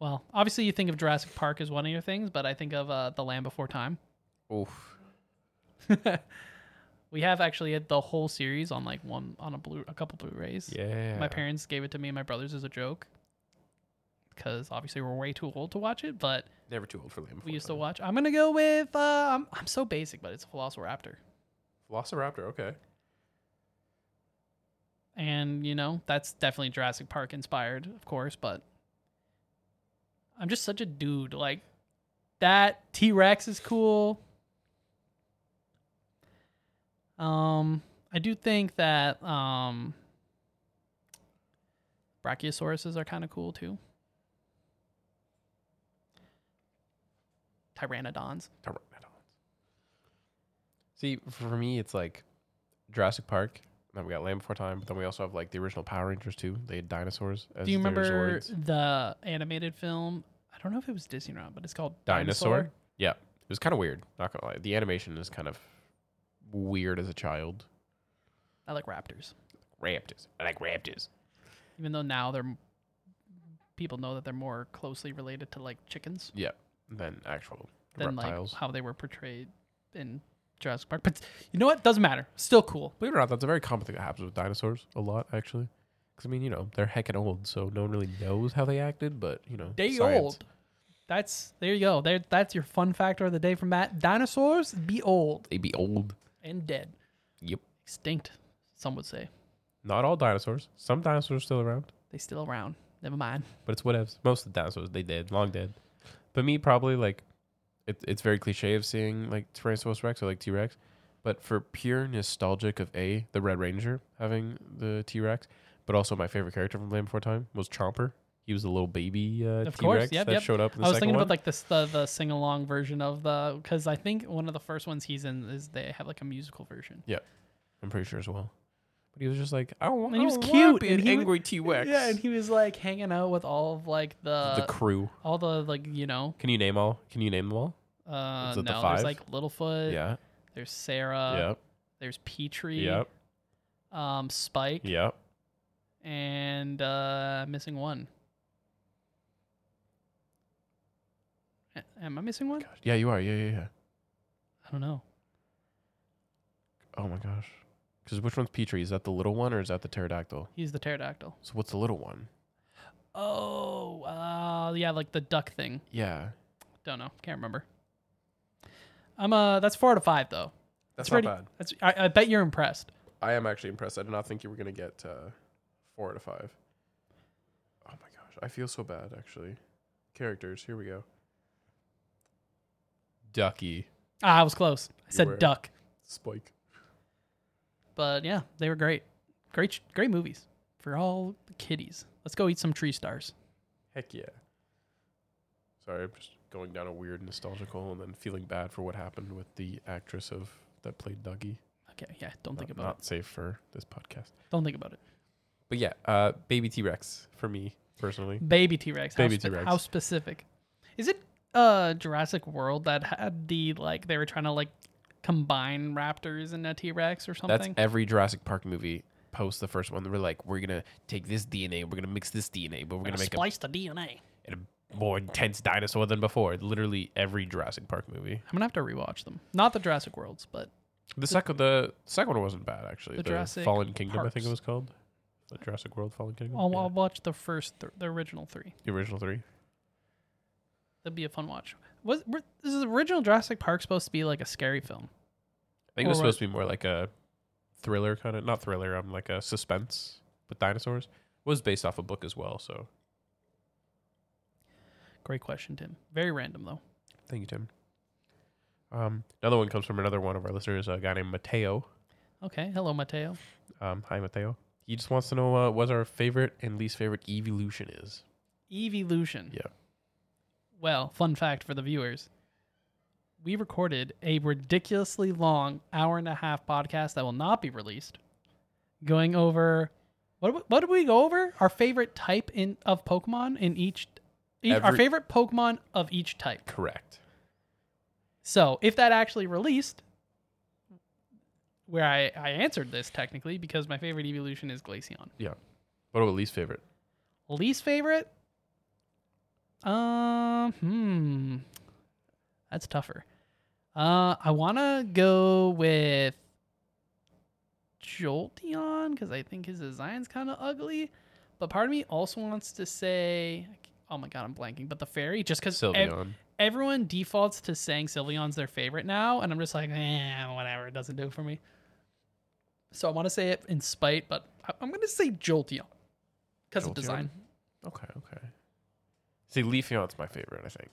A: well, obviously you think of Jurassic Park as one of your things, but I think of uh, The Land Before Time.
B: Oof.
A: we have actually had the whole series on like one on a blue a couple Blu-rays.
B: Yeah.
A: My parents gave it to me and my brothers as a joke because obviously we're way too old to watch it, but
B: never too old for Lamb.
A: we used to watch. I'm gonna go with uh, I'm, I'm so basic, but it's a Velociraptor,
B: Velociraptor. Okay.
A: and you know that's definitely Jurassic Park inspired, of course, but I'm just such a dude. Like that T Rex is cool. Um, I do think that um, brachiosauruses are kind of cool too. Pteranodons.
B: Pteranodons. See, for me, it's like Jurassic Park. Then we got Land Before Time, but then we also have like the original Power Rangers too. They had dinosaurs. As
A: do you
B: their
A: remember
B: Zords.
A: the animated film? I don't know if it was Disney or not, but it's called
B: dinosaur. Yeah, it was kind of weird. Not gonna lie, the animation is kind of weird as a child.
A: I like raptors.
B: Raptors, I like raptors.
A: even though now they're m- people know that they're more closely related to like chickens
B: Yeah, than actual
A: than
B: reptiles.
A: like how they were portrayed in Jurassic Park. But you know what? Doesn't matter. Still cool.
B: Believe it or not, that's a very common thing that happens with dinosaurs a lot actually. Because I mean, you know, they're heckin' old, so no one really knows how they acted. But you know,
A: Day
B: science.
A: old. That's there you go. There that's your fun factor of the day from Matt. Dinosaurs be old
B: they be old.
A: and dead.
B: Yep.
A: Extinct, some would say.
B: Not all dinosaurs. Some dinosaurs are still around,
A: They still around. Never mind.
B: but it's whatevs. Most of the dinosaurs they dead, long dead. But me, probably like, it, it's very cliche of seeing like Tyrannosaurus Rex or like T Rex, But for pure nostalgic of A, the Red Ranger having the T Rex, but also my favorite character from Land Before Time was Chomper. He was the little baby uh,
A: Of
B: T
A: course,
B: Rex
A: yep,
B: that
A: yep.
B: showed up in the
A: I was
B: second
A: thinking
B: one.
A: about like this the, the sing along version of the because I think one of the first ones he's in is they have like a musical version.
B: I'm pretty sure as well. But he was just like, I don't want.
A: And he
B: I
A: was
B: don't wanna
A: cute,
B: be
A: and
B: an
A: he would-
B: angry T Rex.
A: Yeah, and he Uh, was like hanging out with all of like the,
B: the crew.
A: all the like you know
B: Can you name all? Can you name them all?
A: uh
B: Is it the
A: no
B: five?
A: there's like Littlefoot,
B: yeah.
A: there's Sarah,
B: Yep.
A: there's Petrie,
B: Yep.
A: um Spike,
B: Yep.
A: and uh missing one. A- Am I missing one?
B: Gosh. Yeah, you are. Yeah, yeah, yeah.
A: I don't know.
B: Oh my gosh. Because which one's Petrie? Is that the little one or is that the pterodactyl?
A: He's the pterodactyl.
B: So what's the little one?
A: Oh, uh, yeah, like the duck thing.
B: Yeah.
A: Don't know. Can't remember. I'm uh that's four out of five though.
B: That's
A: pretty- That's I, I bet you're impressed.
B: I am actually impressed. I did not think you were gonna get uh, four out of five. Oh my gosh, I feel so bad actually. Characters, here we go. Ducky,
A: Ah, I was close. I said
B: were.
A: duck.
B: Spike.
A: But yeah, they were great. Great sh- great movies for all the kiddies. Let's go eat some tree stars.
B: Heck yeah. Sorry, I'm just going down a weird nostalgic hole and then feeling bad for what happened with the actress of that played Dougie.
A: Okay, yeah, don't think
B: Not-
A: about
B: not safe for this podcast.
A: it. Don't think about it.
B: But yeah, uh, baby T Rex for me personally.
A: Baby T-Rex.
B: Baby
A: how spe-
B: T-Rex.
A: How specific. Is it uh Jurassic World that had the like they were trying to like combine raptors and a T-Rex or
B: That's
A: something?
B: every Jurassic Park movie post the first one. They were like, we're gonna take this DNA, we're gonna mix this DNA, but we're gonna make a,
A: splice the DNA.
B: a more intense dinosaur than before. Literally every Jurassic Park movie.
A: I'm gonna have to rewatch them. Not the Jurassic Worlds, but
B: The second, the second one wasn't bad actually.
A: The
B: The,
A: Jurassic
B: Fallen Kingdom, I think
A: Parks.
B: it was called. The Jurassic World Fallen Kingdom.
A: I'll,
B: Mm, Yeah.
A: I'll watch the first, th- the original three.
B: The original three.
A: That'd be a fun watch. Was were, is the original Jurassic Park supposed to be like a scary film?
B: I think it was
A: Or what-
B: supposed to be more like a thriller kind of, not thriller, um, like a suspense with dinosaurs. was based off a book as well. So
A: Great question, Tim. Very random though.
B: thank you, Tim. Um, another one comes from another one of our listeners, a guy named Mateo.
A: Okay, hello Mateo.
B: Um, hi, Mateo. He just wants to know uh, what our favorite and least favorite evolution is.
A: Evolution.
B: Yeah.
A: Well, fun fact for the viewers. We recorded a ridiculously long hour and a half podcast that will not be released, going over what did we- what did we go over? Our favorite type in of Pokemon in each, each our
B: Every-
A: favorite Pokemon of each type.
B: Correct.
A: So if that actually released, where I, I answered this technically because my favorite evolution is Glaceon.
B: Yeah. What about least favorite?
A: Least favorite? Um, hmm. That's tougher. Uh, I want to go with Jolteon because I think his design's kind of ugly. But part of me also wants to say, oh my God, I'm blanking, but the fairy, just because
B: Sylveon.
A: everyone defaults to saying Sylveon's their favorite now, and I'm just like, eh, whatever, it doesn't do it for me. So I want to say it in spite, but I- I'm going to say Jolteon because of
B: Jolteon?
A: design.
B: okay, okay. See, Leafeon's my favorite, I think.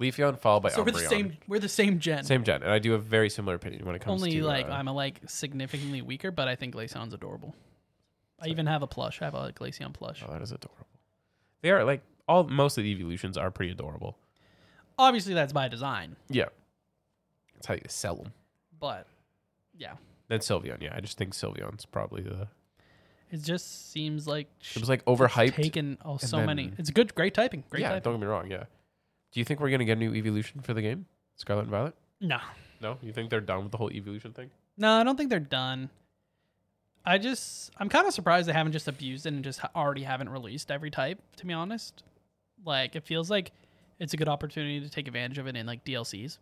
B: Leafeon followed by
A: so we're
B: Umbreon.
A: the same. We're the same gen.
B: Same gen, and I do have very similar opinion when it comes
A: Only
B: to
A: like
B: uh,
A: I'm a, like significantly weaker, but I think Glaceon's adorable. I even have a plush. I have a Glaceon plush.
B: Oh, that is adorable. They are like all most of the evolutions are pretty adorable.
A: Obviously, that's by design,
B: Yeah, that's how you sell them.
A: but yeah,
B: Then Sylveon, yeah, I just think Sylveon's probably the.
A: it just seems like
B: It
A: she's
B: was like overhyped.
A: taken oh so many.
B: then-
A: It's good, great typing, great
B: yeah,
A: typing.
B: don't get me wrong. Yeah, do you think we're gonna get a new evolution for the game, Scarlet and Violet?
A: No,
B: No, you think they're done with the whole evolution thing?
A: No, I don't think they're done. I just I'm kind of surprised they haven't just abused it and just ha- already haven't released every type. To be honest, like it feels like it's a good opportunity to take advantage of it in like DLCs.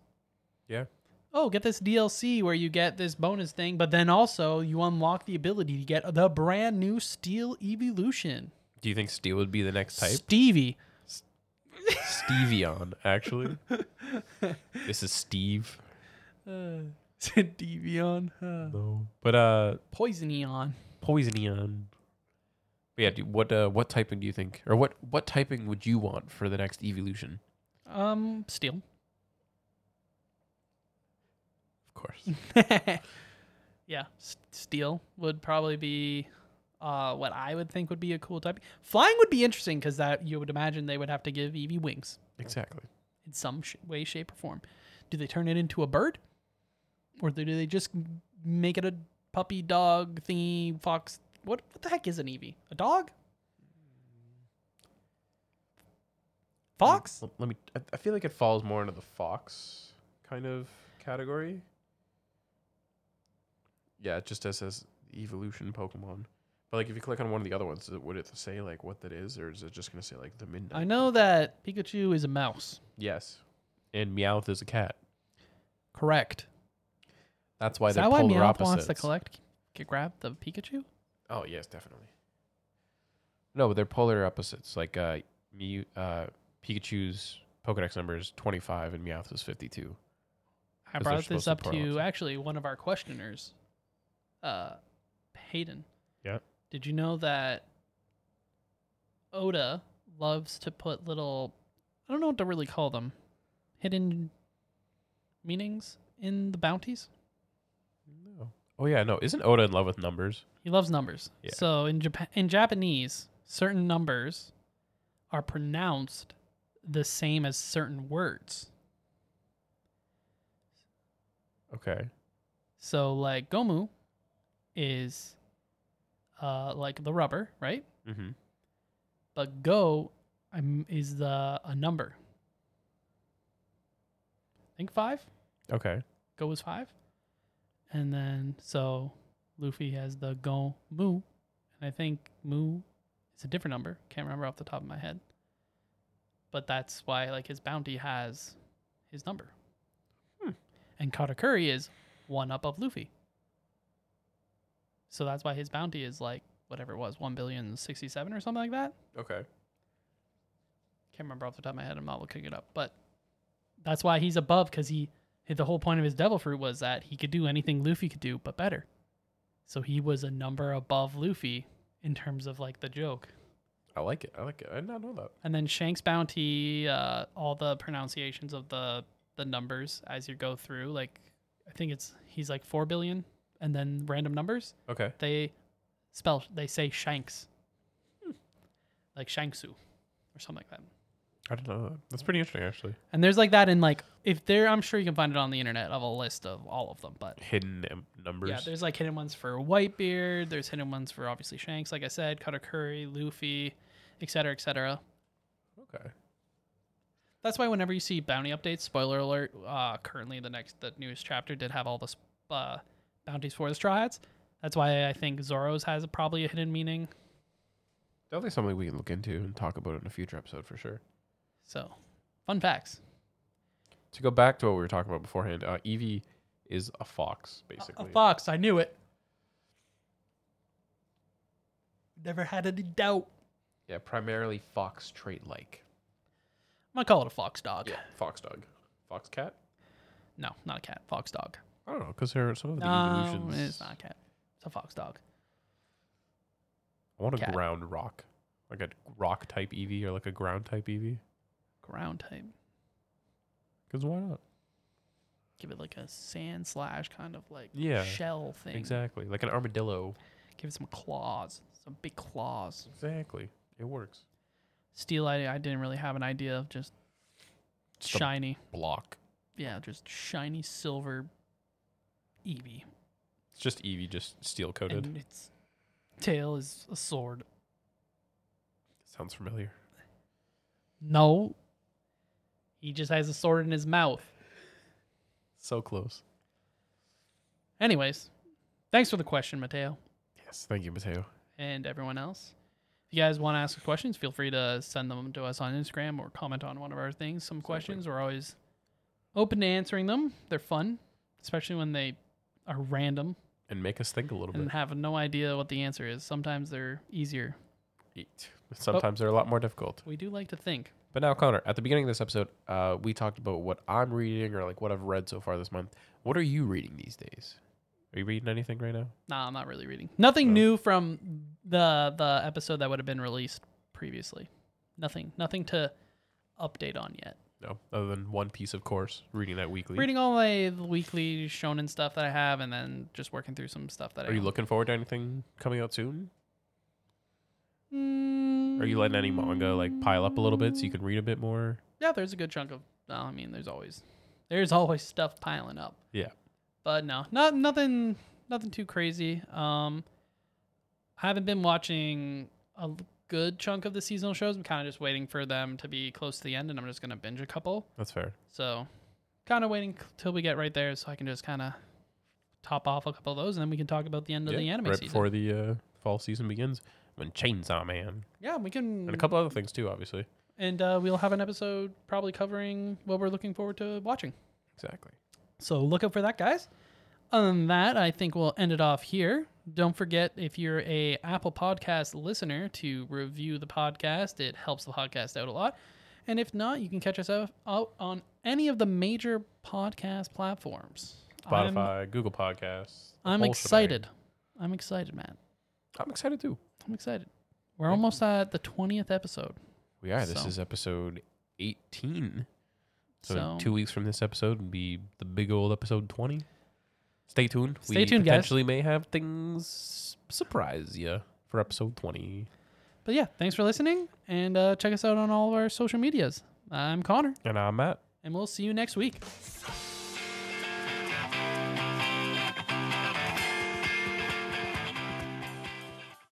B: Yeah.
A: Oh, get this DLC where you get this bonus thing, but then also you unlock the ability to get the brand new Steel Evolution.
B: Do you think Steel would be the next type?
A: Stevie.
B: Stevion, actually. this is Steve.
A: Uh, Stevion. Uh,
B: No, but uh,
A: Poisoneon.
B: Poisonion. But yeah, do, what uh, what typing do you think, or what what typing would you want for the next evolution?
A: Um, Steel.
B: Of course.
A: yeah, s- steel would probably be uh, what I would think would be a cool type. Flying would be interesting because that you would imagine they would have to give Eevee wings
B: exactly.
A: in some sh- way, shape, or form. Do they turn it into a bird, or do they just m- make it a puppy, dog, thingy, fox? What what the heck is an Eevee? A dog? Fox?
B: Let, let me. I, I feel like it falls more into the fox kind of category. Yeah, it just says as evolution Pokemon. But like, if you click on one of the other ones, would it say like what that is, or is it just gonna say like the midnight?
A: I know that Pikachu is a mouse.
B: Yes. And Meowth is a cat.
A: Correct.
B: That's why
A: is
B: they're
A: that why
B: polar
A: Meowth
B: opposites.
A: wants to collect, get, grab the Pikachu?
B: Oh yes, definitely. No, but they're polar opposites. Like uh, Mew, uh, Pikachu's Pokedex number is twenty-five, and Meowth is fifty-two.
A: I
B: 'Cause they're
A: brought
B: supposed
A: this
B: to
A: up to,
B: pronounce it.
A: actually one of our questioners, uh, Hayden.
B: Yeah.
A: Did you know that Oda loves to put little, I don't know what to really call them, hidden meanings in the bounties?
B: No. Oh yeah, no. Isn't Oda in love with numbers?
A: He loves numbers.
B: Yeah.
A: So in Japan, in Japanese, certain numbers are pronounced the same as certain words.
B: Okay.
A: So like gomu is uh like the rubber, right?
B: Mm-hmm.
A: But go um, is the a number. I think 5.
B: Okay.
A: Go is 5. And then so Luffy has the go mu and I think mu is a different number. Can't remember off the top of my head. But that's why like his bounty has his number.
B: Hmm.
A: And Katakuri is one up of Luffy. So that's why his bounty is like whatever it was, one billion sixty seven or something like that.
B: Okay.
A: Can't remember off the top of my head. I'm not looking it up, but that's why he's above because he the whole point of his devil fruit was that he could do anything Luffy could do, but better. So he was a number above Luffy in terms of like the joke.
B: I like it. I like it. I did not know that.
A: And then Shanks Bounty, uh, all the pronunciations of the the numbers as you go through. Like, I think it's he's like four billion, and then random numbers.
B: Okay.
A: They spell they say Shanks, like Shanksu, or something like that.
B: I didn't know that. That's pretty interesting, actually.
A: And there's like that in like if there, I'm sure you can find it on the internet of a list of all of them. But
B: Hidden um, numbers.
A: yeah, there's like hidden ones for Whitebeard. There's hidden ones for obviously Shanks, like I said, Katakuri, Luffy, et cetera, et cetera.
B: okay.
A: That's why whenever you see bounty updates, spoiler alert, uh, currently the next the newest chapter did have all the sp- uh, bounties for the Straw Hats. That's why I think Zoro's has probably a hidden meaning.
B: Definitely something we can look into and talk about in a future episode for sure.
A: So, fun facts.
B: To go back to what we were talking about beforehand, uh, Eevee is a fox,
A: A
B: basically.
A: fox, I knew it. Never had any doubt.
B: yeah, primarily fox trait like.
A: I'm gonna call it a fox dog.
B: Yeah, fox dog. Fox cat?
A: No, not a cat. Fox dog.
B: I don't know, because there are some of the
A: No,
B: evolutions.
A: it's not a cat. It's a fox dog.
B: I want a
A: cat.
B: ground rock, like a rock type Eevee or like a ground type Eevee.
A: Ground type.
B: Because why not?
A: Give it like a sand slash kind of like
B: Yeah,
A: shell thing.
B: Exactly, like an armadillo.
A: Give it some claws, some big claws.
B: Exactly, it works.
A: Steel, I, I didn't really have an idea of just
B: Just a
A: shiny.
B: block.
A: Yeah, just shiny silver Eevee.
B: It's just Eevee, just steel coated.
A: And its tail is a sword.
B: Sounds familiar.
A: No. He just has a sword in his mouth.
B: So close.
A: Anyways, thanks for the question, Mateo.
B: Yes, thank you, Mateo.
A: and everyone else. If you guys want to ask us questions, feel free to send them to us on Instagram or comment on one of our things. Some questions we're always open to answering them. They're fun, especially when they are random
B: And make us think a little
A: and have no idea what the answer is. Sometimes they're easier.
B: bit. Sometimes they're a lot more difficult.
A: We do like to think.
B: But now, Connor, at the beginning of this episode, uh, we talked about what I'm reading or like what I've read so far this month. What are you reading these days? Are you reading anything right now?
A: Nah, I'm not really reading. Nothing
B: Oh.
A: new from the the episode that would have been released previously. Nothing, nothing to update on yet.
B: No, other than One Piece, of course. Reading that weekly.
A: Reading all my weekly shonen stuff that I have, and then just working through some stuff that I
B: Are you
A: own.
B: looking forward to anything coming out soon? Are you letting any manga like pile up a little bit so you can read a bit more?
A: Mm. Yeah, there's a good chunk of. No, I mean, there's always there's always stuff piling up.
B: Yeah.
A: But no, not nothing nothing too crazy. Um, I haven't been watching a l- good chunk of the seasonal shows. I'm kind of just waiting for them to be close to the end, and I'm just gonna binge a couple.
B: That's fair.
A: So, kind of waiting c- till we get right there, so I can just kind of top off a couple of those, and then we can talk about the end of
B: Yeah,
A: the anime
B: right
A: season.
B: before the uh, fall season begins, when Chainsaw Man
A: yeah, we can.
B: and a couple other things too, obviously.
A: and uh, we'll have an episode probably covering what we're looking forward to watching.
B: Exactly.
A: So look out for that, guys. Other than that, I think we'll end it off here. Don't forget if you're a Apple Podcast listener to review the podcast. It helps the podcast out a lot. And if not, you can catch us out, out on any of the major podcast platforms. I'm-
B: Spotify, Google Podcasts. the
A: I'm,
B: whole
A: excited. I'm excited, Matt.
B: shebang. I'm excited too.
A: I'm excited. We're almost at the 20th episode.
B: We are. This
A: So-
B: is episode 18. So, in
A: So,
B: two weeks from this episode would be the big old episode 20. Stay tuned.
A: Stay
B: we
A: tuned, guys.
B: potentially may have things surprise you for episode 20.
A: but yeah, thanks for listening and uh, check us out on all of our social medias. I'm Connor,
B: And I'm Matt.
A: and we'll see you next week.
C: 「それでも